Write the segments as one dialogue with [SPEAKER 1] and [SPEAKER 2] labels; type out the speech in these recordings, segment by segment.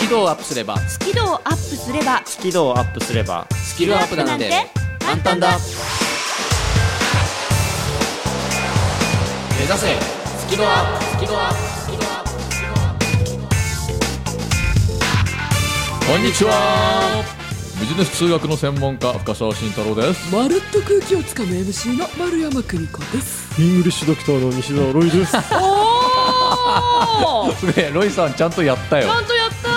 [SPEAKER 1] キ度をアップすれば
[SPEAKER 2] スキルをアップすれば
[SPEAKER 3] スキルをアップすれば
[SPEAKER 1] スキルアップなんて簡単だ目指せスキルアップスキルアップスキルアップスキルアップ
[SPEAKER 4] こんにちはビジネス通学の専門家深澤慎太郎です
[SPEAKER 5] まるっと空気をつかむ MC の丸山久美子です
[SPEAKER 6] イングリッシュドクターの西澤ロイです
[SPEAKER 2] おおち
[SPEAKER 4] ねえロイさんちゃんとやったよ
[SPEAKER 2] ゃんとやった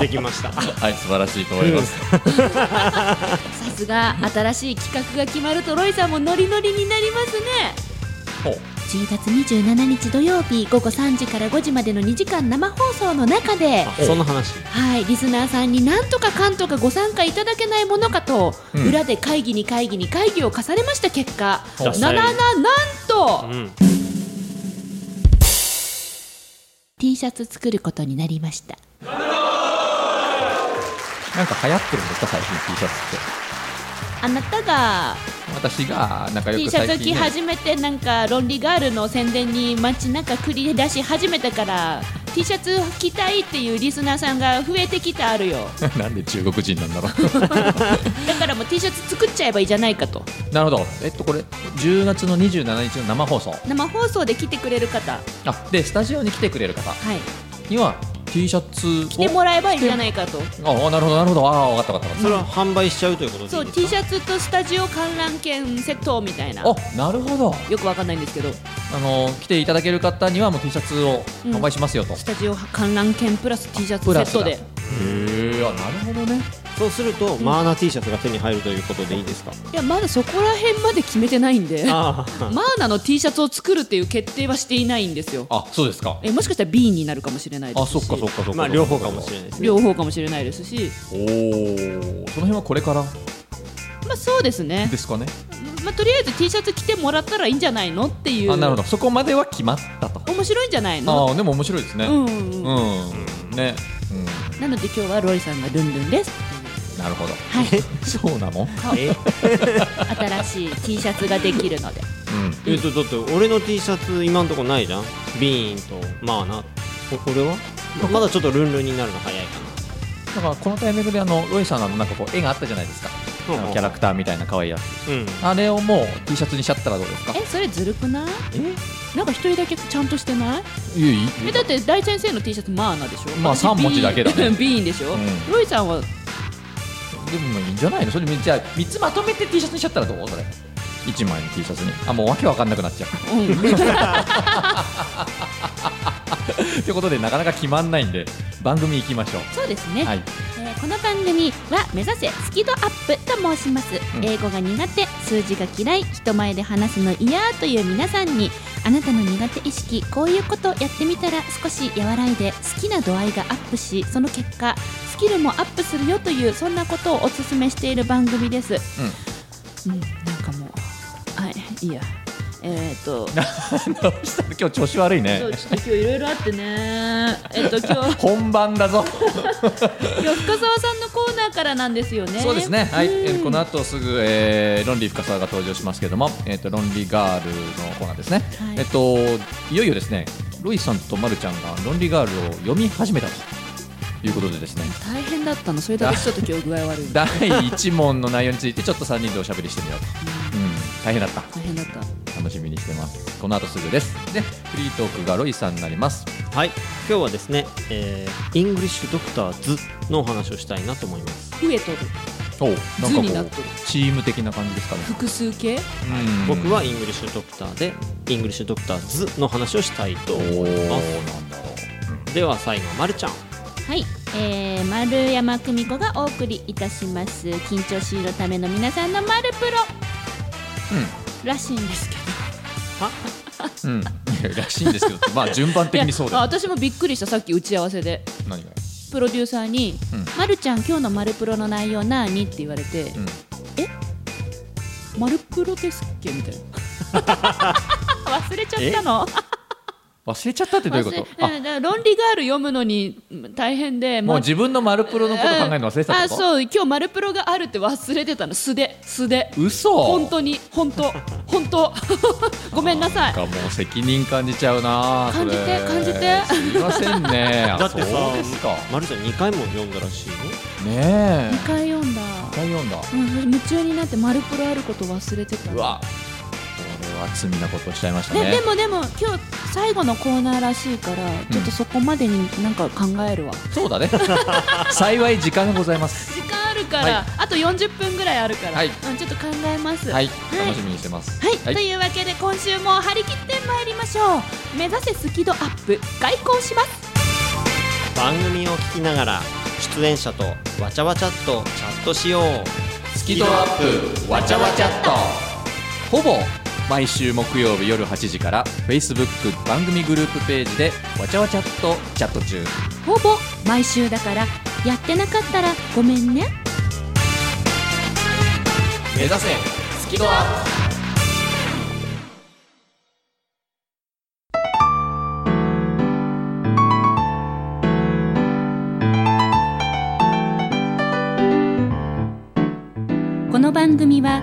[SPEAKER 3] できま した
[SPEAKER 4] はい素晴らしいと思います、
[SPEAKER 2] さすが新しい企画が決まるとロイさんもノリノリになりますね
[SPEAKER 4] ほう
[SPEAKER 2] 10月27日土曜日午後3時から5時までの2時間生放送の中で
[SPEAKER 3] あそんな話
[SPEAKER 2] はい、リスナーさんになんとかかんとかご参加いただけないものかと、
[SPEAKER 4] うん
[SPEAKER 2] 裏で会議に会議に会議を重ねました結果
[SPEAKER 3] ダ
[SPEAKER 2] なな
[SPEAKER 3] サい
[SPEAKER 2] ななんと、
[SPEAKER 3] うん
[SPEAKER 2] T シャツ作ることになりました
[SPEAKER 4] なんか流行ってるんですか最近 T シャツって
[SPEAKER 2] あなたが
[SPEAKER 4] 私が仲良
[SPEAKER 2] T
[SPEAKER 4] く
[SPEAKER 2] シャ
[SPEAKER 4] 最
[SPEAKER 2] ツ
[SPEAKER 4] 近、
[SPEAKER 2] 着始めてなんかロンリーガールの宣伝に街中繰り出し始めたから T シャツ着たいっていうリスナーさんが増えてきてあるよ
[SPEAKER 4] なんで中国人なんだろう
[SPEAKER 2] だからもう T シャツ作っちゃえばいいじゃないかと
[SPEAKER 4] なるほどえっとこれ10月の27日の生放送
[SPEAKER 2] 生放送で来てくれる方は
[SPEAKER 4] あでスタジオに来てくれる方
[SPEAKER 2] い
[SPEAKER 4] には T シャツを
[SPEAKER 2] 着てもらえばいいんじゃないかと
[SPEAKER 4] ああなるほどなるほどああ分かった分かった
[SPEAKER 3] それは販売しちゃうということでい
[SPEAKER 2] そう
[SPEAKER 3] い
[SPEAKER 2] T
[SPEAKER 3] です
[SPEAKER 2] シ
[SPEAKER 3] か
[SPEAKER 2] ャツとスタジオ観覧券セットみたいなよ
[SPEAKER 4] あなるほど
[SPEAKER 2] くわかんないんですけど
[SPEAKER 4] あの来ていただける方にはもう T シャツを販売しますよと、
[SPEAKER 2] スタジオ観覧券プラス T シャツ
[SPEAKER 4] プ
[SPEAKER 2] セ
[SPEAKER 4] ラス
[SPEAKER 2] ット
[SPEAKER 4] だ
[SPEAKER 2] で
[SPEAKER 4] へえあなるほどね
[SPEAKER 3] そうするとマーナ T シャツが手に入るということでいいですか
[SPEAKER 2] いやまだそこら辺まで決めてないんで
[SPEAKER 3] あ
[SPEAKER 2] マーナの T シャツを作るっていう決定はしていないんですよ
[SPEAKER 4] あそうですか
[SPEAKER 2] えもしかしたら B になるかもしれないで
[SPEAKER 4] あ
[SPEAKER 2] すし
[SPEAKER 4] そっかそっかそっか
[SPEAKER 3] あ まあ両方かもしれないですね
[SPEAKER 2] 両方かもしれないですし
[SPEAKER 4] おおその辺はこれから
[SPEAKER 2] まあそうですね
[SPEAKER 4] ですかね
[SPEAKER 2] まあとりあえず T シャツ着てもらったらいいんじゃないのっていう
[SPEAKER 4] あなるほどそこまでは決まったと
[SPEAKER 2] 面白いんじゃないの
[SPEAKER 4] ああでも面白いですね
[SPEAKER 2] うん、う
[SPEAKER 4] うんん、ね、うん、
[SPEAKER 2] なので今日はロイさんがルンルンですっていう
[SPEAKER 4] なるほど
[SPEAKER 2] はい
[SPEAKER 4] そうなのうん
[SPEAKER 3] え
[SPEAKER 2] 新しい T シャツができるので
[SPEAKER 3] えっとだって俺の T シャツ今んとこないじゃんビーンとマーナこれはままだちょっとルンルンになるの早いか
[SPEAKER 4] だからこのタイミングであのロイさんのあのなんかこう絵があったじゃないですか
[SPEAKER 3] な
[SPEAKER 4] あのキャラクターみたいな可愛いやつ
[SPEAKER 3] うん
[SPEAKER 4] あれをもう T シャツにしちゃったらどうですか
[SPEAKER 2] えそれずるくないなんか一人だけちゃんとしてない
[SPEAKER 4] いやいい
[SPEAKER 2] えだって大先生の T シャツマーナでしょ
[SPEAKER 4] まあ
[SPEAKER 2] 私
[SPEAKER 4] 三文字だけだね
[SPEAKER 2] ビーンでしょ、
[SPEAKER 4] うん
[SPEAKER 2] ロイさん は
[SPEAKER 4] でもいいんじゃないのそれじゃあ3つまとめて T シャツにしちゃったらどうそれ1枚の T シャツにあもうわけわかんなくなっちゃう
[SPEAKER 2] うん
[SPEAKER 4] ということでなかなか決まんないんで番組行きましょ
[SPEAKER 2] そうですね、
[SPEAKER 4] うはい
[SPEAKER 2] えーこの番組は目指せスキドアップと申します、
[SPEAKER 4] うん
[SPEAKER 2] 英語が苦手数字が嫌い人前で話すの嫌という皆さんにあなたの苦手意識こういうことやってみたら少し和らいで好きな度合いがアップしその結果スキルもアップするよというそんなことをお勧めしている番組ですうん、なんかもうはいいいやえっ、ー、 と
[SPEAKER 4] どうした今日調子悪いね
[SPEAKER 2] そうちょっと今日いろいろあってねえっ、と今日
[SPEAKER 4] 本番だぞ
[SPEAKER 2] 今日深澤さんのコーナーからなんですよね
[SPEAKER 4] そうですね、はい、
[SPEAKER 2] うん
[SPEAKER 4] えーこの後すぐ、えーロンリー深澤が登場しますけれども、えっ、と、ロンリーガールのコーナーですね。
[SPEAKER 2] はい
[SPEAKER 4] えっ、と、いよいよですね、ロイさんとまるちゃんがロンリーガールを読み始めたということでですね。
[SPEAKER 2] 大変だったのそれだけちょっと今日具合悪い
[SPEAKER 4] 第1問の内容について、ちょっと3人でおしゃべりしてみようと。うん、大変だった。
[SPEAKER 2] 大変だった
[SPEAKER 4] 楽しみにしてます。この後すぐです。で、フリートークがロイさんになります。
[SPEAKER 3] はい今日はですね、えー、イングリッシュドクターズのお話をしたいなと思います、
[SPEAKER 2] 増えとる
[SPEAKER 4] お
[SPEAKER 2] 図
[SPEAKER 4] なん
[SPEAKER 2] にな
[SPEAKER 4] か
[SPEAKER 2] っ
[SPEAKER 4] こと
[SPEAKER 2] る
[SPEAKER 4] う、チーム的な感じですかね。
[SPEAKER 2] 複数形
[SPEAKER 4] うん
[SPEAKER 3] 僕はイングリッシュドクターでイングリッシュドクターズの話をしたいと
[SPEAKER 4] お
[SPEAKER 3] 思
[SPEAKER 4] ー、
[SPEAKER 3] いま
[SPEAKER 4] なんだろう。
[SPEAKER 3] すでは最後まるちゃん
[SPEAKER 2] はい、えー、丸山久美子がお送りいたします緊張しいのための皆さんの「丸プロ」
[SPEAKER 4] うん
[SPEAKER 2] らしいんですけど
[SPEAKER 4] うん、らしいんですけど、まあ順番的にそう
[SPEAKER 2] いやあ
[SPEAKER 4] だ、ね。
[SPEAKER 2] 私もびっくりしたさっき打ち合わせで
[SPEAKER 4] 何が？
[SPEAKER 2] プロデューサーに「
[SPEAKER 4] うん
[SPEAKER 2] まるちゃん今日の「まるプロ」の内容何?」って言われて
[SPEAKER 4] うん、
[SPEAKER 2] 「まるプロですっけ?」みたいな忘れちゃったの
[SPEAKER 4] 忘れちゃったってどういうこと
[SPEAKER 2] 忘れうんだから論理ガール読むのにうん大変で
[SPEAKER 4] あもう
[SPEAKER 2] う
[SPEAKER 4] 自分のマルプロのこと考えるの忘れてた
[SPEAKER 2] あ
[SPEAKER 4] ってこと
[SPEAKER 2] そう今日マルプロがあるって忘れてたの素で素で
[SPEAKER 4] 嘘
[SPEAKER 2] 本当に本当本当 ごめんなさい
[SPEAKER 4] なんかもう責任感じちゃうなそれ
[SPEAKER 2] 感じて感じ
[SPEAKER 4] すいませんねあ
[SPEAKER 3] だってさ
[SPEAKER 4] そうですか
[SPEAKER 3] まるちゃん2回も読んだらしいよ
[SPEAKER 4] ねえ
[SPEAKER 2] 2回読んだ
[SPEAKER 4] 一回読んだ
[SPEAKER 2] うん私夢中になってマルプロあること忘れてた
[SPEAKER 4] うわこれは罪なことしちゃいました
[SPEAKER 2] で
[SPEAKER 4] ね
[SPEAKER 2] でもでも今日最後のコーナーらしいからちょっとそこまでになんか考えるわ、
[SPEAKER 4] そう だね幸い時間がございます
[SPEAKER 2] 時間あるから、
[SPEAKER 4] は
[SPEAKER 2] あと40分ぐらいあるから、
[SPEAKER 4] はい
[SPEAKER 2] うん、ちょっと考えます
[SPEAKER 4] はい
[SPEAKER 2] い
[SPEAKER 4] 楽しみにしてます
[SPEAKER 2] はいというわけで今週も張り切ってまいりましょう目指せスキドアップ開講します
[SPEAKER 3] 番組を聞きながら出演者とわちゃわちゃっとチャットしよう
[SPEAKER 4] スキドアップわちゃわちゃっとほぼ毎週木曜日夜8時から Facebook 番組グループページでわちゃわちゃっとチャット中
[SPEAKER 2] ほぼ毎週だからやってなかったらごめんね
[SPEAKER 1] 目指せスキドアップ
[SPEAKER 2] この番組は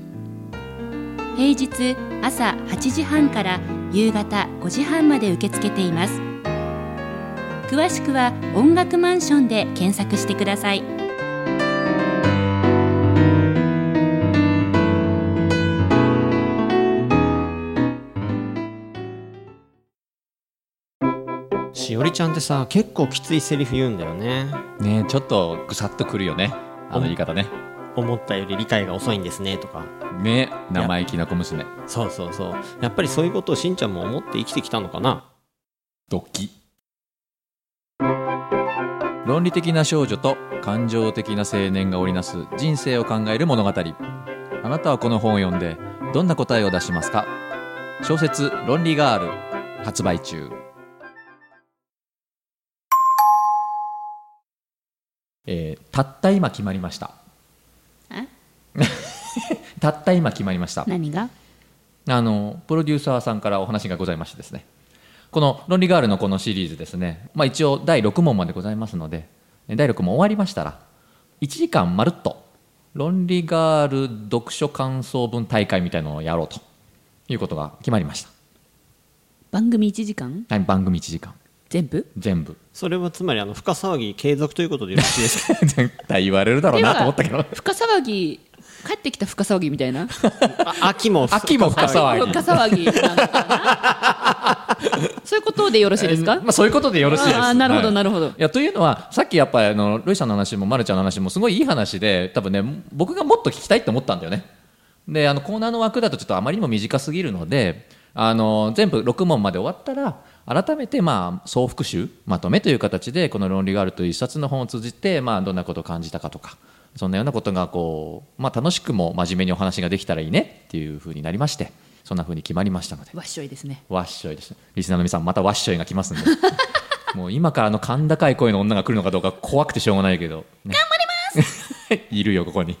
[SPEAKER 2] 平日朝8時半から夕方5時半まで受け付けています詳しくは「音楽マンション」で検索してください
[SPEAKER 3] しおりちゃんってさ結構きついセリフ言うんだよね
[SPEAKER 4] ねえちょっとぐさっとくるよねあの言い方ね
[SPEAKER 3] 思ったより理解が遅いんですねとか
[SPEAKER 4] ね生意気な小娘
[SPEAKER 3] そうそうそうやっぱりそういうことをしんちゃんも思って生きてきたのかな
[SPEAKER 4] ドッキ論理的な少女と感情的な青年が織りなす人生を考える物語あなたはこの本を読んでどんな答えを出しますか小説「論理ガール」発売中えーたった今決まりました
[SPEAKER 2] え
[SPEAKER 4] たった今決まりました
[SPEAKER 2] 何が
[SPEAKER 4] あのプロデューサーさんからお話がございましてですねこの「論理ガール」のこのシリーズですね、まあ、一応第6問までございますのでえ第6問終わりましたら1時間まるっと「論理ガール読書感想文大会」みたいのをやろうということが決まりました
[SPEAKER 2] 番組1時間
[SPEAKER 4] はい番組1時間
[SPEAKER 2] 全部
[SPEAKER 4] 全部
[SPEAKER 3] それはつまりあの深騒ぎ継続ということでよろしいですか
[SPEAKER 4] 絶対言われるだろうなと思ったけど
[SPEAKER 2] 深騒ぎ帰ってきた深騒ぎみたいな
[SPEAKER 3] あ秋も
[SPEAKER 4] 秋も深騒ぎ
[SPEAKER 2] 深騒 ぎなのかなそういうことでよろしいですか、
[SPEAKER 4] まあ、そういうことでよろしいです。
[SPEAKER 2] あーなるほど
[SPEAKER 4] はい
[SPEAKER 2] なるほど
[SPEAKER 4] いやというのはさっきやっぱりあのルイさんの話もまるちゃんの話もすごいいい話で多分ね僕がもっと聞きたいって思ったんだよね。であのコーナーの枠だとちょっとあまりにも短すぎるのであの全部6問まで終わったら改めてまあ総復習まとめという形でこの「論理がある」という一冊の本を通じてまあどんなことを感じたかとかそんなようなことがこう、まあ、楽しくも真面目にお話ができたらいいねっていうふうになりましてそんなふうに決まりましたので。
[SPEAKER 2] わっしょいですね
[SPEAKER 4] わっしょいですね。リスナーの皆さん、またわっしょいが 来ますんで。もう今からあの甲高い声の女が来るのかどうか怖くてしょうがないけど。頑張ります いるよ、ここに。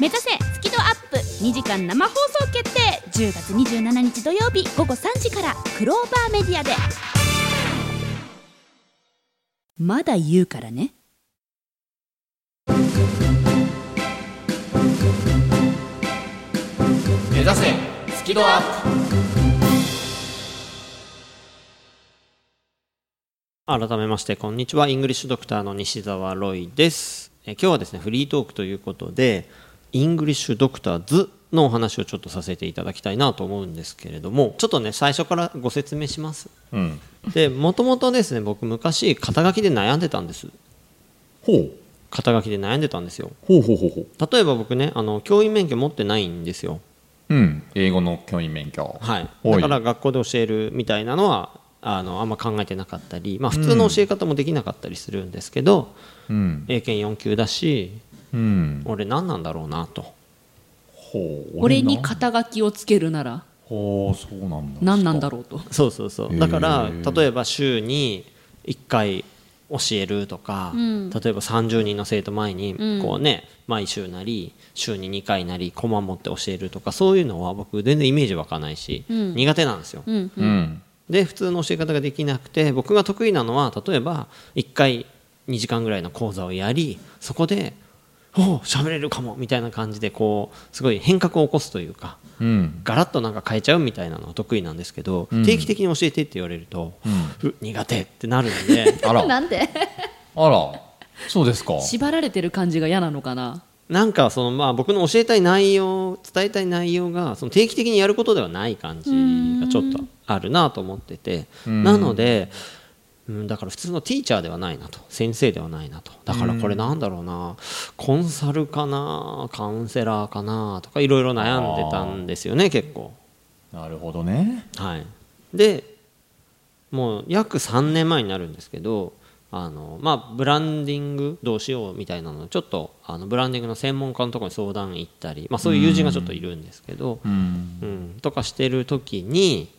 [SPEAKER 2] 目指せスキドアップ2時間生放送決定10月27日土曜日午後3時からクローバーメディアでまだ言うからね
[SPEAKER 1] 目指せスキドアップ
[SPEAKER 3] 改めましてこんにちはイングリッシュドクターの西澤ロイですえ今日はですねフリートークということでイングリッシュドクターズのお話をちょっとさせていただきたいなと思うんですけれどもちょっとね最初からご説明します
[SPEAKER 4] うん。
[SPEAKER 3] でもともとですね僕昔肩書きで悩んでたんです
[SPEAKER 4] ほう。
[SPEAKER 3] 肩書きで悩んでたんですよ
[SPEAKER 4] ほうほうほうほう。
[SPEAKER 3] 例えば僕ねあの教員免許持ってないんですよ
[SPEAKER 4] うん、英語の教員免許
[SPEAKER 3] はい、
[SPEAKER 4] お
[SPEAKER 3] だから学校で教えるみたいなのはあのあんま考えてなかったり、まあ、普通の教え方もできなかったりするんですけど、
[SPEAKER 4] うん
[SPEAKER 3] 英検4級だし
[SPEAKER 4] うん
[SPEAKER 3] 俺何なんだろうなと
[SPEAKER 4] ほう
[SPEAKER 5] 俺に
[SPEAKER 4] な
[SPEAKER 5] 肩書きをつけるなら
[SPEAKER 4] ほうそうなんだ
[SPEAKER 5] 何なんだろうと
[SPEAKER 3] そうそうそうだから例えば週に1回教えるとか、例えば30人の生徒前にこうね、毎週なり週に2回なりコマ持って教えるとかそういうのは僕全然イメージ湧かないし、苦手なんですよ。
[SPEAKER 4] うん
[SPEAKER 3] で普通の教え方ができなくて僕が得意なのは例えば1回2時間ぐらいの講座をやりそこで「おう喋れるかも」みたいな感じでこうすごい変革を起こすというか
[SPEAKER 4] うん
[SPEAKER 3] ガラッとなんか変えちゃうみたいなのは得意なんですけど、定期的に教えてって言われると、う苦手ってなるんで
[SPEAKER 4] あら
[SPEAKER 2] なんで
[SPEAKER 4] あらそうですか
[SPEAKER 5] 縛られてる感じが嫌なのかな
[SPEAKER 3] なんかそのまあ僕の教えたい内容伝えたい内容がその定期的にやることではない感じがちょっとあるなと思っててなので、うん、だから普通のティーチャーではないなと先生ではないなとだからこれなんだろうなコンサルかなカウンセラーかなとかいろいろ悩んでたんですよね結構。
[SPEAKER 4] なるほどね
[SPEAKER 3] はい、でもう約3年前になるんですけどあの、まあ、ブランディングどうしようみたいなのでちょっとあのブランディングの専門家のところに相談行ったり、まあ、そういう友人がちょっといるんですけど、
[SPEAKER 4] うん
[SPEAKER 3] うん、とかしてる時に、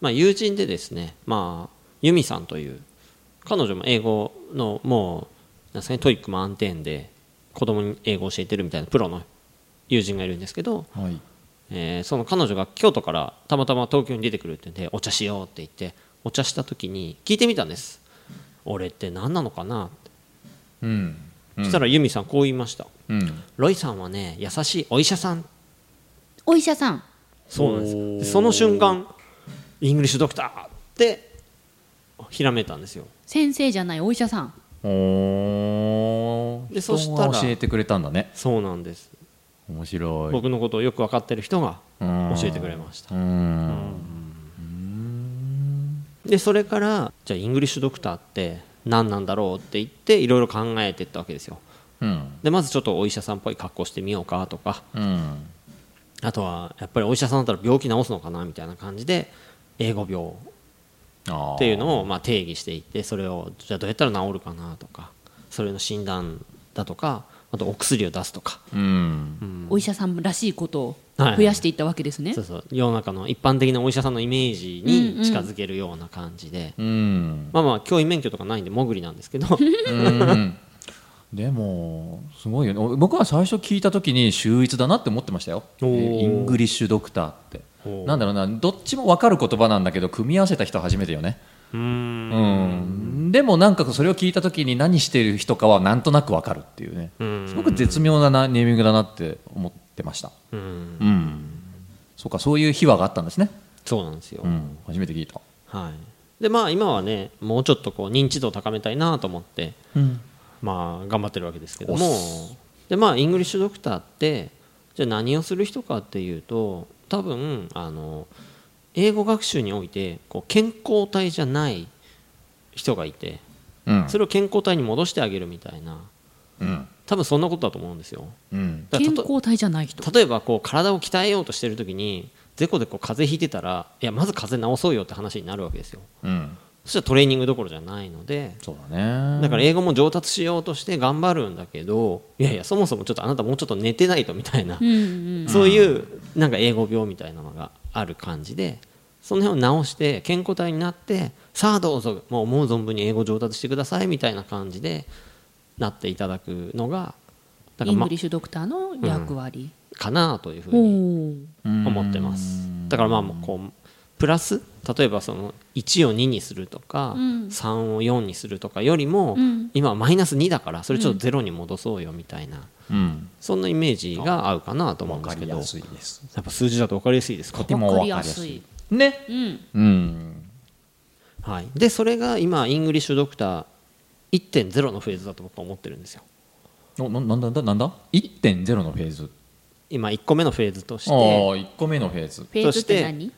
[SPEAKER 3] まあ、友人でですね、まあ、ユミさんという彼女も英語のもうなんですか、ね、トイック満点で子供に英語を教えてるみたいなプロの友人がいるんですけど、
[SPEAKER 4] はい
[SPEAKER 3] えーその彼女が京都からたまたま東京に出てくるって言うんでお茶しようって言ってお茶した時に聞いてみたんです俺って何なのかなって、
[SPEAKER 4] うん
[SPEAKER 3] そしたら由美さんこう言いました
[SPEAKER 4] うん
[SPEAKER 3] ロイさんはね優しいお医者さん
[SPEAKER 2] お医者さん
[SPEAKER 3] そうなんですでその瞬間イングリッシュドクターってひらめいたんですよ
[SPEAKER 2] 先生じゃないお医者さん
[SPEAKER 4] お
[SPEAKER 3] でそしたら
[SPEAKER 4] 教えてくれたんだね
[SPEAKER 3] そうなんです
[SPEAKER 4] 面白い
[SPEAKER 3] 僕のことをよく分かってる人が
[SPEAKER 4] うん
[SPEAKER 3] 教えてくれました
[SPEAKER 4] うん
[SPEAKER 3] でそれからじゃあイングリッシュドクターって何なんだろうって言っていろいろ考えていったわけですよ
[SPEAKER 4] うん
[SPEAKER 3] でまずちょっとお医者さんっぽい格好してみようかとか
[SPEAKER 4] うん
[SPEAKER 3] あとはやっぱりお医者さんだったら病気治すのかなみたいな感じで英語病
[SPEAKER 4] っ
[SPEAKER 3] っていうのをまあ定義していってそれをじゃあどうやったら治るかなとかそれの診断だとかあとお薬を出すとか、
[SPEAKER 4] うん
[SPEAKER 5] お医者さんらしいことを
[SPEAKER 3] はい
[SPEAKER 5] 増やしていったわけですね
[SPEAKER 3] そうそう世の中の一般的なお医者さんのイメージに近づけるような感じで、
[SPEAKER 4] うん
[SPEAKER 3] まあまあ教員免許とかないんでもぐりなんです けど
[SPEAKER 4] うんでもすごいよねお僕は最初聞いた時に秀逸だなって思ってましたよ
[SPEAKER 3] おー
[SPEAKER 4] イングリッシュドクターって
[SPEAKER 3] おー
[SPEAKER 4] なんだろうなどっちも分かる言葉なんだけど組み合わせた人は初めてよね
[SPEAKER 3] うーん
[SPEAKER 4] うんでもなんかそれを聞いた時に何してる人かはなんとなく分かるっていうね
[SPEAKER 3] うん
[SPEAKER 4] すごく絶妙ななネーミングだなって思ってました
[SPEAKER 3] うん
[SPEAKER 4] うんそうかそういう秘話があったんですね
[SPEAKER 3] そうなんですよ、
[SPEAKER 4] うん初めて聞いた
[SPEAKER 3] はい、でまあ今はねもうちょっとこう認知度を高めたいなと思って、
[SPEAKER 4] ん
[SPEAKER 3] まあ頑張ってるわけですけど
[SPEAKER 4] おっ
[SPEAKER 3] もでまあイングリッシュドクターってじゃあ何をする人かっていうと多分あの英語学習においてこう健康体じゃない人がいて
[SPEAKER 4] うん
[SPEAKER 3] それを健康体に戻してあげるみたいな
[SPEAKER 4] うん
[SPEAKER 3] 多分そんなことだと思うんですよ。
[SPEAKER 4] うん
[SPEAKER 3] だから
[SPEAKER 5] 健
[SPEAKER 3] たと
[SPEAKER 5] 康体じゃない人
[SPEAKER 3] 例えばこう体を鍛えようとしてる時にゼコでこう風邪ひいてたらいやまず風邪治そうよって話になるわけですよ。
[SPEAKER 4] うん
[SPEAKER 3] そしたらトレーニングどころじゃないので
[SPEAKER 4] そうだね
[SPEAKER 3] だから英語も上達しようとして頑張るんだけどいやいやそもそもちょっとあなたもうちょっと寝てないとみたいな、そういうなんか英語病みたいなのがある感じでその辺を直して健康体になってさあどうぞもう思う存分に英語上達してくださいみたいな感じでなっていただくのがだから
[SPEAKER 5] イン
[SPEAKER 3] ま
[SPEAKER 5] グリッシュドクターの役割、
[SPEAKER 3] かなというふう
[SPEAKER 5] お
[SPEAKER 3] に
[SPEAKER 5] ー
[SPEAKER 3] 思ってますだからまあもうこうプラス例えばその1を2にするとか、3を4にするとかよりも、今はマイナス2だからそれちょっと0に戻そうよみたいな、
[SPEAKER 4] うん
[SPEAKER 3] そんなイメージが合うかなと思うんですけどや
[SPEAKER 4] いです
[SPEAKER 3] っぱ数字だと分かりやすいですか
[SPEAKER 4] でも
[SPEAKER 5] わ
[SPEAKER 4] 分
[SPEAKER 5] か
[SPEAKER 4] か
[SPEAKER 5] り
[SPEAKER 4] り
[SPEAKER 5] や
[SPEAKER 4] や
[SPEAKER 5] す
[SPEAKER 4] す
[SPEAKER 5] い
[SPEAKER 4] いね
[SPEAKER 5] うん
[SPEAKER 4] うん
[SPEAKER 3] はい、でそれが今イングリッシュドクター1.0のフェーズだと僕は思ってるんですよ
[SPEAKER 4] おななんだなんだなんだ1.0のフェーズ
[SPEAKER 3] 今1個目のフェーズとし
[SPEAKER 4] ああ
[SPEAKER 3] て
[SPEAKER 4] 1個目のフェーズ
[SPEAKER 5] フェーズって何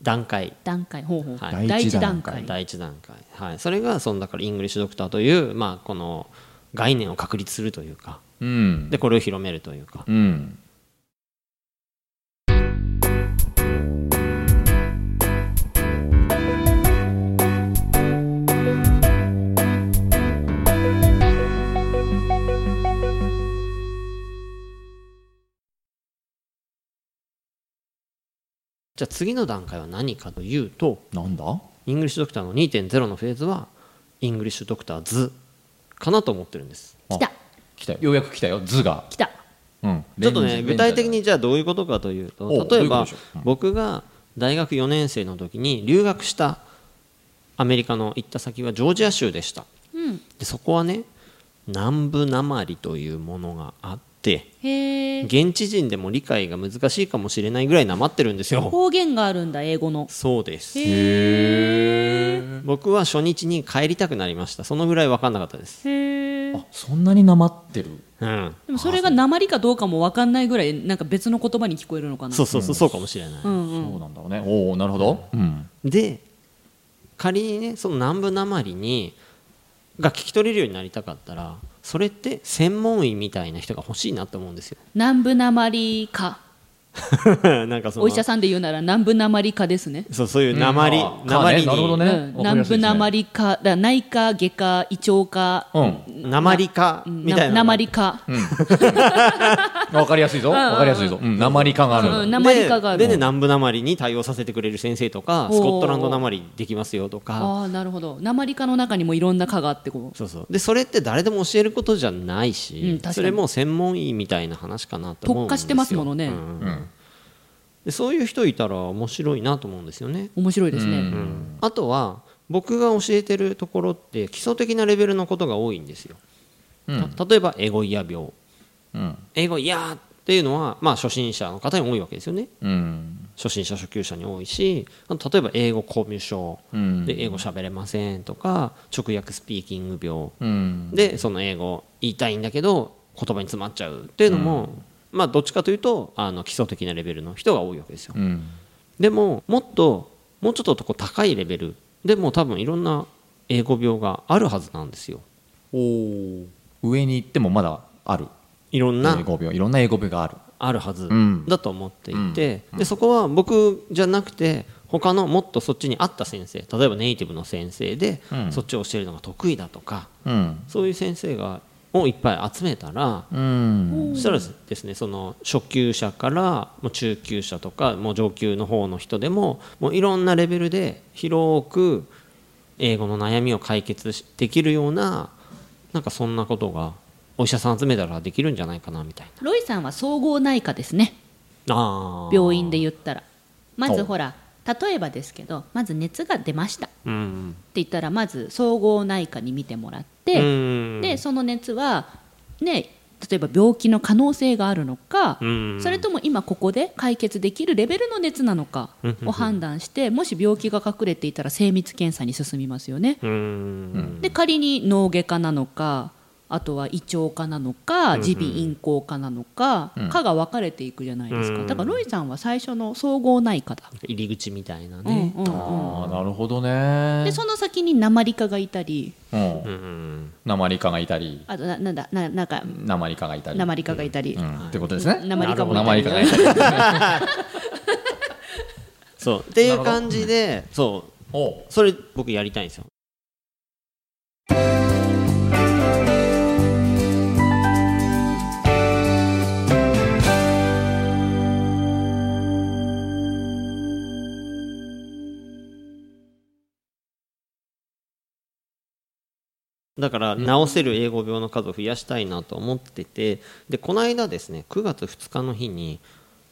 [SPEAKER 3] 段階
[SPEAKER 5] 段階ほうほう、
[SPEAKER 3] はい
[SPEAKER 5] 第
[SPEAKER 4] 第
[SPEAKER 5] 一
[SPEAKER 4] 一
[SPEAKER 5] 段
[SPEAKER 4] 段
[SPEAKER 5] 階
[SPEAKER 4] 階
[SPEAKER 3] 第一段階、はい、それがそのだからイングリッシュドクターという、まあ、この概念を確立するというか
[SPEAKER 4] うん
[SPEAKER 3] でこれを広めるというか
[SPEAKER 4] うん
[SPEAKER 3] じゃあ次の段階は何かというと
[SPEAKER 4] なんだ
[SPEAKER 3] イングリッシュドクターの2.0のフェーズはイングリッシュドクターズかなと思ってるんです
[SPEAKER 2] 来た
[SPEAKER 4] 来たよようやく来たよ図が、
[SPEAKER 2] 来た
[SPEAKER 4] うん、
[SPEAKER 3] ちょっと
[SPEAKER 4] レン
[SPEAKER 3] ね
[SPEAKER 4] ジ
[SPEAKER 3] 具体的
[SPEAKER 4] レンジ
[SPEAKER 3] にじゃあどういうことかというと
[SPEAKER 4] お
[SPEAKER 3] 例え
[SPEAKER 4] どういうこと
[SPEAKER 3] ば
[SPEAKER 4] でしょううん
[SPEAKER 3] 僕が大学4年生の時に留学したアメリカの行った先はジョージア州でした
[SPEAKER 2] うん
[SPEAKER 3] でそこはね南部なまりというものがあって
[SPEAKER 2] へえ
[SPEAKER 3] 現地人でも理解が難しいかもしれないぐらいなまってるんですよ
[SPEAKER 2] 方言があるんだ英語の
[SPEAKER 3] そうです
[SPEAKER 2] へえ
[SPEAKER 3] 僕は初日に帰りたくなりましたそのぐらい分かんなかったです
[SPEAKER 2] へえ
[SPEAKER 4] あそんなになまってる
[SPEAKER 3] うん
[SPEAKER 2] でもそれが鉛かどうかも分かんないぐらいなんか別の言葉に聞こえるのかな
[SPEAKER 3] そうそうそうそうかもしれない、
[SPEAKER 2] うんうん
[SPEAKER 4] そうなんだろうねおおなるほど、うん、
[SPEAKER 3] で仮にねその南部なまりにが聞き取れるようになりたかったらそれって専門医みたいな人が欲しいなと思うんですよ
[SPEAKER 2] 南部鉛か
[SPEAKER 3] なんかその
[SPEAKER 2] お医者さんで言うなら南部鉛かですね
[SPEAKER 3] そうそういうなまり、
[SPEAKER 4] うん
[SPEAKER 3] なまり
[SPEAKER 4] かねなるほど
[SPEAKER 3] に、
[SPEAKER 4] ね
[SPEAKER 2] うん南部鉛かだ内科外科胃腸科
[SPEAKER 4] うん
[SPEAKER 3] なまりかみたい
[SPEAKER 2] な
[SPEAKER 3] な
[SPEAKER 2] 鉛か
[SPEAKER 4] わかりやすいぞわかりやすいぞ、うん、なまり感があるんだ、
[SPEAKER 2] うん鉛かがある
[SPEAKER 3] ででね南部なまりに対応させてくれる先生とか
[SPEAKER 2] おー
[SPEAKER 3] スコットランドなまりできますよとか
[SPEAKER 2] ああなるほど鉛かの中にもいろんな科があってこう
[SPEAKER 3] そうそうでそれって誰でも教えることじゃない
[SPEAKER 2] うん
[SPEAKER 3] し
[SPEAKER 2] 確、かに
[SPEAKER 3] それも専門医みたいな話かなと思うん
[SPEAKER 2] 特
[SPEAKER 3] ですよ
[SPEAKER 2] 化してますものね
[SPEAKER 3] うんでそういう人いたら面白いなと思うんですよね、
[SPEAKER 2] 面白いですね、
[SPEAKER 3] あとは僕が教えてるところって基礎的なレベルのことが多いんですよ、
[SPEAKER 4] うん
[SPEAKER 3] た例えばエゴイヤ病
[SPEAKER 4] うん
[SPEAKER 3] エゴイヤーっていうのは、まあ、初心者の方に多いわけですよね
[SPEAKER 4] うん
[SPEAKER 3] 初心者初級者に多いしあと例えば英語コミュ症
[SPEAKER 4] うん
[SPEAKER 3] で英語喋れませんとか直訳スピーキング病
[SPEAKER 4] うん
[SPEAKER 3] でその英語言いたいんだけど言葉に詰まっちゃうっていうのも、まあどっちかというとあの基礎的なレベルの人が多いわけですよ、
[SPEAKER 4] うん
[SPEAKER 3] でももっともうちょっとこう高いレベルでも多分いろんな英語病があるはずなんですよ
[SPEAKER 4] おお上に行ってもまだある
[SPEAKER 3] いろんな
[SPEAKER 4] 英語病いろんな英語病がある
[SPEAKER 3] あるはず
[SPEAKER 4] ん
[SPEAKER 3] だと思っていて、でそこは僕じゃなくて他のもっとそっちに合った先生例えばネイティブの先生で、
[SPEAKER 4] うん
[SPEAKER 3] そっちを教えるのが得意だとか
[SPEAKER 4] うん
[SPEAKER 3] そういう先生がをいっぱい集めたら
[SPEAKER 4] うん
[SPEAKER 3] そしたらですねその初級者からもう中級者とかもう上級の方の人でももういろんなレベルで広く英語の悩みを解決しできるようななんかそんなことがお医者さん集めたらできるんじゃないかなみたい
[SPEAKER 2] ロイさんは総合内科ですね
[SPEAKER 3] なあー
[SPEAKER 2] 病院で言ったらまず
[SPEAKER 4] お
[SPEAKER 2] ほら例えばですけどまず熱が出ましたって
[SPEAKER 3] うん
[SPEAKER 2] 言ったらまず総合内科に見てもらっ
[SPEAKER 3] う
[SPEAKER 2] て、
[SPEAKER 3] ん
[SPEAKER 2] でその熱はね例えば病気の可能性があるのか、
[SPEAKER 3] うん
[SPEAKER 2] それとも今ここで解決できるレベルの熱なのかを判断してもし病気が隠れていたら精密検査に進みますよね。
[SPEAKER 3] うん
[SPEAKER 2] で仮に脳外科なのかあとは胃腸科なのか耳鼻咽喉科なのか、科が分かれていくじゃないですか、
[SPEAKER 3] うん
[SPEAKER 2] だからロイさんは最初の総合内科だ、
[SPEAKER 3] 入り口みたいな
[SPEAKER 2] うん
[SPEAKER 3] ね、
[SPEAKER 2] うんうん
[SPEAKER 4] ああなるほどね
[SPEAKER 2] でその先に鉛科がいたり
[SPEAKER 4] うん
[SPEAKER 3] うんうん
[SPEAKER 4] 鉛科がいたり
[SPEAKER 2] あとななんだななんか
[SPEAKER 4] 鉛科がいたり
[SPEAKER 2] 鉛科がいたり、
[SPEAKER 4] うんってことですね
[SPEAKER 2] 鉛科もいたり
[SPEAKER 4] 鉛科がいたり
[SPEAKER 3] そうっていう感じでそう
[SPEAKER 4] おう
[SPEAKER 3] それ僕やりたいんですよだから治せる英語病の数を増やしたいなと思っててでこの間ですね9月2日の日に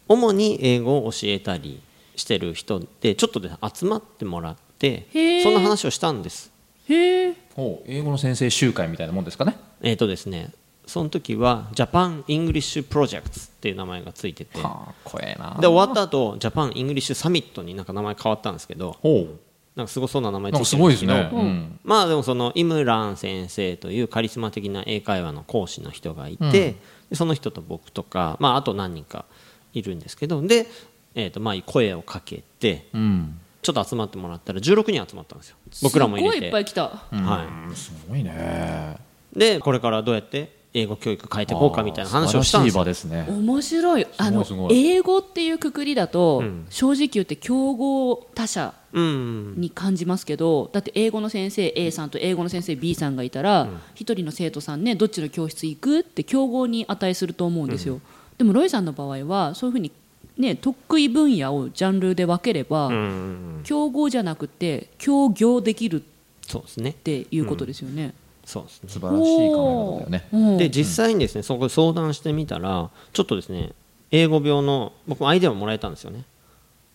[SPEAKER 3] 主に英語を教えたりしてる人でちょっとで集まってもらって
[SPEAKER 2] へー
[SPEAKER 3] そんな話をしたんです
[SPEAKER 2] へえ
[SPEAKER 4] おう英語の先生集会みたいなもんですかね
[SPEAKER 3] えっ、とですねその時はジャパン・イングリッシュ・プロジェクトっていう名前がついてて
[SPEAKER 4] かっこええな
[SPEAKER 3] で終わった後ジャパン・イングリッシュ・サミットになんか名前変わったんですけど
[SPEAKER 4] おう
[SPEAKER 3] なんかすごそうな名前つ
[SPEAKER 4] な
[SPEAKER 3] い
[SPEAKER 4] んか
[SPEAKER 3] て
[SPEAKER 4] す
[SPEAKER 3] るん
[SPEAKER 4] ごい
[SPEAKER 3] で
[SPEAKER 4] ですす
[SPEAKER 3] けど
[SPEAKER 4] ねうん
[SPEAKER 3] まあでもそのイムラン先生というカリスマ的な英会話の講師の人がいて、でその人と僕とか、まあ、あと何人かいるんですけどで、えー、とまあ声をかけて
[SPEAKER 4] うん
[SPEAKER 3] ちょっと集まってもらったら16人集まったんですよ僕らも入れ
[SPEAKER 2] すごいい
[SPEAKER 3] て
[SPEAKER 2] っぱい来た
[SPEAKER 3] は
[SPEAKER 4] すごいね
[SPEAKER 3] い、でこれからどうやって英語教育変えていこうかみたいな話をしたんです
[SPEAKER 4] 素晴らしい場
[SPEAKER 3] よ
[SPEAKER 4] ですね
[SPEAKER 2] 面白いあの
[SPEAKER 4] すごいすごい
[SPEAKER 2] 英語っていうくくりだと、
[SPEAKER 3] ん
[SPEAKER 2] 正直言って競合他社
[SPEAKER 3] うん
[SPEAKER 2] に感じますけどだって英語の先生 A さんと英語の先生 B さんがいたら一、人の生徒さんねどっちの教室行くって競合に値すると思うんですよ、でもロイさんの場合はそういうふうにね、得意分野をジャンルで分ければ、
[SPEAKER 3] うん
[SPEAKER 2] 競合じゃなくて協業できるっ
[SPEAKER 3] そうですね
[SPEAKER 2] ていうことですよね。
[SPEAKER 3] そうですね
[SPEAKER 4] 素晴らしい考え方だよね
[SPEAKER 2] うん
[SPEAKER 3] で実際にですねそこで相談してみたらちょっとですね英語病の僕もアイデアをもらえたんですよね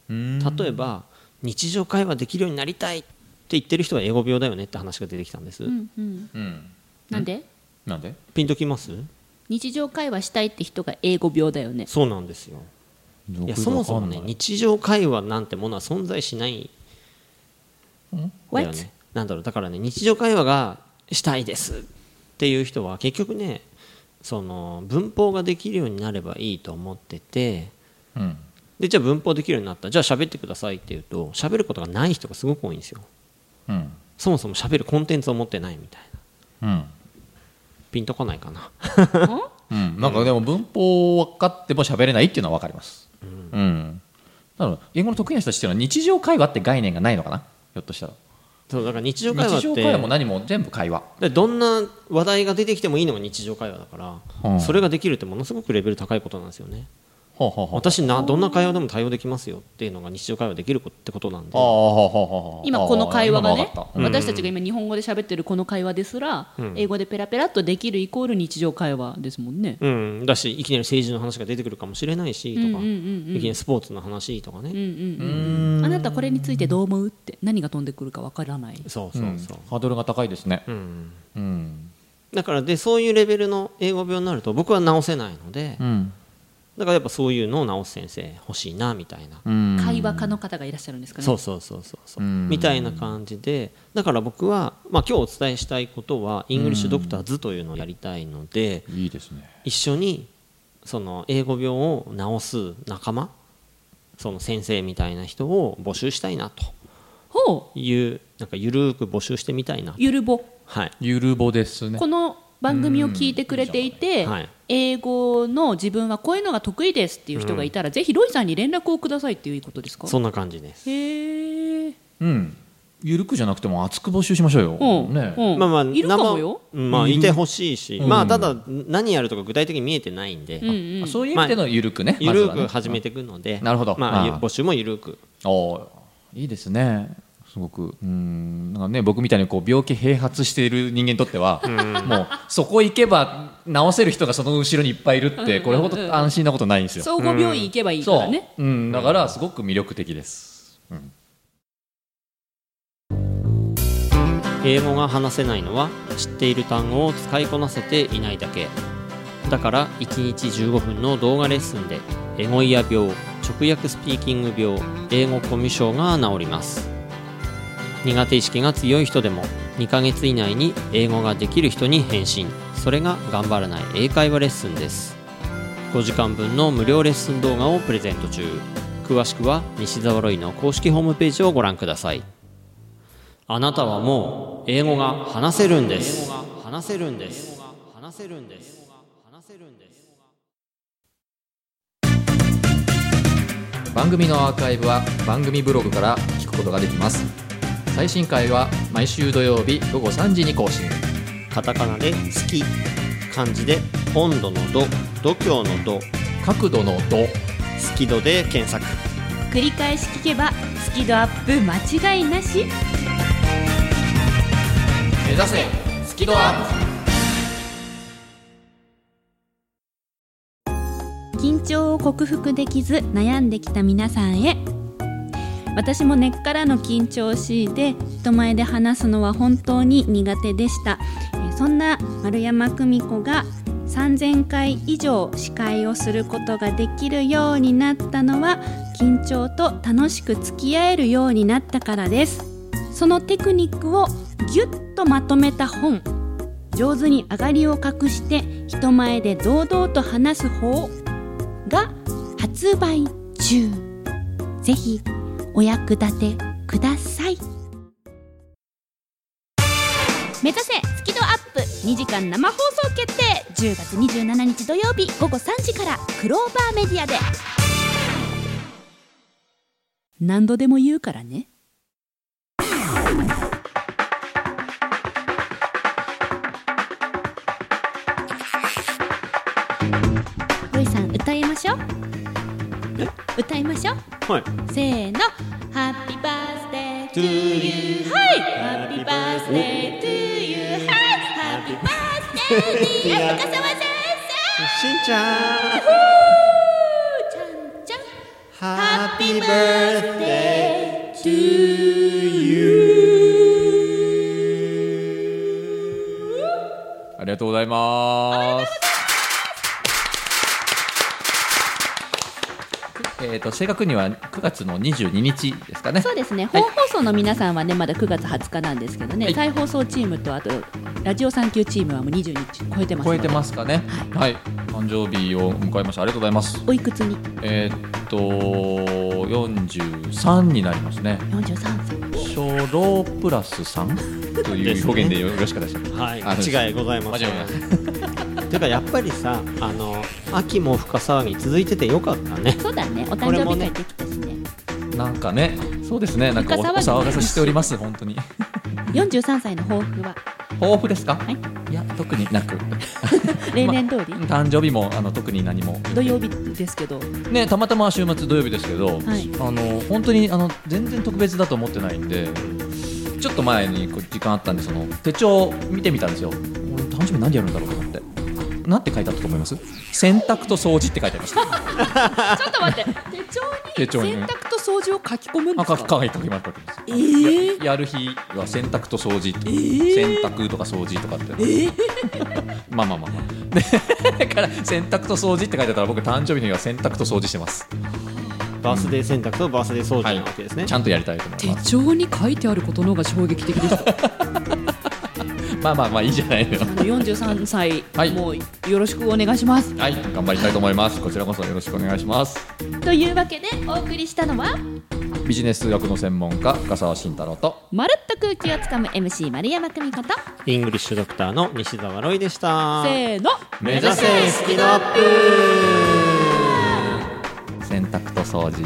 [SPEAKER 4] うん
[SPEAKER 3] 例えば日常会話できるようになりたいって言ってる人は英語病だよねって話が出てきたんです、
[SPEAKER 7] うんうん、
[SPEAKER 4] うん
[SPEAKER 7] なんで
[SPEAKER 4] なんで
[SPEAKER 3] ピンときます
[SPEAKER 7] 日常会話したいって人が英語病だよね
[SPEAKER 3] そうなんですよいやそもそもね日常会話なんてものは存在しない
[SPEAKER 4] ん
[SPEAKER 3] だよねなんだろうだからね日常会話がしたいですっていう人は結局ねその文法ができるようになればいいと思ってて
[SPEAKER 4] うん
[SPEAKER 3] でじゃあ文法できるようになったじゃあ喋ってくださいって言うと喋ることがない人がすごく多いんですよ
[SPEAKER 4] うん
[SPEAKER 3] そもそも喋るコンテンツを持ってないみたいな
[SPEAKER 4] うん
[SPEAKER 3] ピンとこないかな
[SPEAKER 4] うん、なんかでも文法分かっても喋れないっていうのは分かります。うん。だから英語の得意な人たちっていうのは日常会話って概念がないのかな。ひょっとしたら。
[SPEAKER 3] そうだから日常会話
[SPEAKER 4] 日
[SPEAKER 3] って
[SPEAKER 4] 常会話も何も全部会話。
[SPEAKER 3] でどんな話題が出てきてもいいのが日常会話だから、
[SPEAKER 4] うん
[SPEAKER 3] それができるってものすごくレベル高いことなんですよね
[SPEAKER 4] ほうほうほう。
[SPEAKER 3] 私などんな会話でも対応できますよっていうのが日常会話できることってことなんで
[SPEAKER 4] ああほうほうほうほう。
[SPEAKER 2] 今この会話が
[SPEAKER 4] ああ
[SPEAKER 2] ね
[SPEAKER 4] 今も分かったうん
[SPEAKER 2] 私たちが今日本語で喋ってるこの会話ですら、英語でペラペラっとできるイコール日常会話ですもんね。
[SPEAKER 3] うん、だしいきなり政治の話が出てくるかもしれないしとか、
[SPEAKER 2] うんうんうんうん
[SPEAKER 3] いきなりスポーツの話とかね、
[SPEAKER 2] うんうんうん、あなたこれについてどう思うって何が飛んでくるかわからない。
[SPEAKER 3] そうそうそう、
[SPEAKER 4] ハードルが高いですね。
[SPEAKER 3] うん
[SPEAKER 4] うん。
[SPEAKER 3] だからでそういうレベルの英語病になると僕は直せないので、
[SPEAKER 4] うん。
[SPEAKER 3] だからやっぱそういうのを直す先生欲しいなみたいな、
[SPEAKER 4] うん。
[SPEAKER 2] 会話家の方がいらっしゃるんですかね。
[SPEAKER 3] そうそうそうそうそう
[SPEAKER 4] うん
[SPEAKER 3] みたいな感じでだから僕は、まあ、今日お伝えしたいことはイングリッシュドクターズというのをやりたいので、
[SPEAKER 4] いいですね。
[SPEAKER 3] 一緒にその英語病を治す仲間その先生みたいな人を募集したいなと
[SPEAKER 2] ほう
[SPEAKER 3] いうなんかゆるーく募集してみたいな
[SPEAKER 2] ゆるぼ
[SPEAKER 3] はい
[SPEAKER 4] ゆるぼですね
[SPEAKER 2] こ。の番組を聞いてくれていて、
[SPEAKER 3] うんはい
[SPEAKER 2] 英語の自分はこういうのが得意ですっていう人がいたら、ぜひロイさんに連絡をくださいっていうことですか
[SPEAKER 3] そんな感じです
[SPEAKER 2] へえ、
[SPEAKER 4] うん。ゆるくじゃなくても熱く募集しましょうよ。
[SPEAKER 2] うん
[SPEAKER 4] ね。
[SPEAKER 2] うん
[SPEAKER 3] まあまあ
[SPEAKER 2] いるかもよ、
[SPEAKER 3] 生うんまあいてほしいし、
[SPEAKER 4] うん
[SPEAKER 3] まあただ何やるとか具体的に見えてないんで、
[SPEAKER 2] うんうん、
[SPEAKER 4] そういう意味でのゆるくね。
[SPEAKER 3] ゆる
[SPEAKER 4] まずは
[SPEAKER 3] く
[SPEAKER 4] ね
[SPEAKER 3] 始めていくので、
[SPEAKER 4] なるほど
[SPEAKER 3] まあ、ゆ
[SPEAKER 4] あー
[SPEAKER 3] 募集もゆるく
[SPEAKER 4] おーいいですねすごくうんなんかね僕みたいにこう病気併発している人間にとってはもうそこ行けば治せる人がその後ろにいっぱいいるってこれほど安心なことないんですよ。
[SPEAKER 2] 総合病院行けばいいからね、
[SPEAKER 4] う、うん、だからすごく魅力的です。うん
[SPEAKER 3] 英語が話せないのは知っている単語を使いこなせていないだけだから1日15分の動画レッスンでエゴイア病直訳スピーキング病英語コミュ障が治ります苦手意識が強い人でも2ヶ月以内に英語ができる人に返信それが頑張らない英会話レッスンです5時間分の無料レッスン動画をプレゼント中詳しくは西澤ロイの公式ホームページをご覧くださいあなたはもう英語が話せるんです。話せるんです。話せるんです。話せるんです。
[SPEAKER 4] 番組のアーカイブは番組ブログから聞くことができます最新回は毎週土曜日午後3時に更新
[SPEAKER 3] カタカナで好き、漢字で温度の度、度胸の度、好
[SPEAKER 4] 角度の度
[SPEAKER 3] き度で検索。
[SPEAKER 7] 繰り返し聞けばスキドアップ間違いなし
[SPEAKER 1] 目指せスキドアップ
[SPEAKER 7] 緊張を克服できず悩んできた皆さんへ私も根っからの緊張を強いて人前で話すのは本当に苦手でしたえーそんな丸山久美子が3000回以上司会をすることができるようになったのは緊張と楽しく付き合えるようになったからですそのテクニックをぎゅっとまとめた本上手に上がりを隠して人前で堂々と話す方が発売中ぜひお役立てください目指せスキドアップ2時間生放送決定10月27日土曜日午後3時からクローバーメディアで
[SPEAKER 2] 何度でも言うからね
[SPEAKER 7] ロイさん歌いましょう歌いましょう
[SPEAKER 3] はい
[SPEAKER 7] せーのハッピーバースデー to you はいハッピーバースデー to you はいハッピーバースデ ーに深沢先
[SPEAKER 3] しんちゃん
[SPEAKER 7] 生ちゃんちゃん
[SPEAKER 3] ハッピーバースデ
[SPEAKER 4] ありがとうございます。えっ、と正確には9月の22日ですかね。
[SPEAKER 2] そうですね、
[SPEAKER 4] はい
[SPEAKER 2] 本放送の皆さんはねまだ9月20日なんですけどね、
[SPEAKER 4] はい
[SPEAKER 2] 再放送チームとあとラジオ産休チームはもう20日超えてます
[SPEAKER 4] 超えてますかね。はい。誕生日を迎えました。ありがとうございます。
[SPEAKER 2] おいくつに
[SPEAKER 4] えっ、と43になりますね。
[SPEAKER 2] 43歳
[SPEAKER 4] 初老プラス3という表現でよろしかったでしょう
[SPEAKER 3] ー
[SPEAKER 4] か。
[SPEAKER 3] はい
[SPEAKER 4] あの
[SPEAKER 3] 間違いございません
[SPEAKER 4] 間違いござい
[SPEAKER 3] てかやっぱりさあの秋も深騒ぎ続いててよかったね
[SPEAKER 2] そうだねお
[SPEAKER 3] こ
[SPEAKER 2] 誕
[SPEAKER 3] れ
[SPEAKER 2] 生
[SPEAKER 3] も
[SPEAKER 2] 日
[SPEAKER 3] ね
[SPEAKER 2] 会できたしね
[SPEAKER 4] なんかね、そうですね。なんかおお
[SPEAKER 2] 深騒ぎ
[SPEAKER 4] 騒がせしております本 当に。
[SPEAKER 2] 43歳の抱負は
[SPEAKER 4] 豊富ですか？
[SPEAKER 2] はい
[SPEAKER 4] いや特になく。
[SPEAKER 2] 例年通り、
[SPEAKER 4] 誕生日もあの特に何も
[SPEAKER 2] 土曜日ですけど
[SPEAKER 4] ねたまたま週末土曜日ですけど、
[SPEAKER 2] はい
[SPEAKER 4] あの本当にあの全然特別だと思ってないんでちょっと前にこう時間あったんでその手帳を見てみたんですよ俺誕生日何やるんだろうと思ってなんて書いてあったと思います洗濯と掃除って書いてありまし た
[SPEAKER 2] ちょっと待って
[SPEAKER 4] 手
[SPEAKER 2] 手
[SPEAKER 4] 帳
[SPEAKER 2] 帳
[SPEAKER 4] に
[SPEAKER 2] に洗濯と掃除を書き込むんで
[SPEAKER 4] あ
[SPEAKER 2] す
[SPEAKER 4] 書
[SPEAKER 2] か
[SPEAKER 4] き書いて書きました
[SPEAKER 2] えー、
[SPEAKER 4] やる日は洗濯と掃除って、
[SPEAKER 2] ー
[SPEAKER 4] 洗濯とか掃除とかって、 まあまあまあまあ でだから洗濯と掃除って書いてあったら僕誕生日の日は洗濯と掃除してます
[SPEAKER 3] バースデー洗濯とバースデー掃除なわけですね、
[SPEAKER 4] ちゃんとやりたいと思い
[SPEAKER 8] 手
[SPEAKER 4] ます
[SPEAKER 8] 帳に書いてあることの方が衝撃的でした。
[SPEAKER 4] まあまあまあいいじゃないのよ
[SPEAKER 2] あの43歳、
[SPEAKER 4] はい
[SPEAKER 2] もうよろしくお願いします
[SPEAKER 4] はい頑張りたいと思いますこちらこそよろしくお願いします
[SPEAKER 7] というわけでお送りしたのは
[SPEAKER 4] ビジネス数学の専門家深澤慎太郎と
[SPEAKER 7] まるっと空気をつかむ MC 丸山久美子と
[SPEAKER 3] イングリッシュドクターの西澤ロイでした
[SPEAKER 2] せーの
[SPEAKER 4] 目
[SPEAKER 3] 指せスキドアップ
[SPEAKER 4] 洗濯と掃除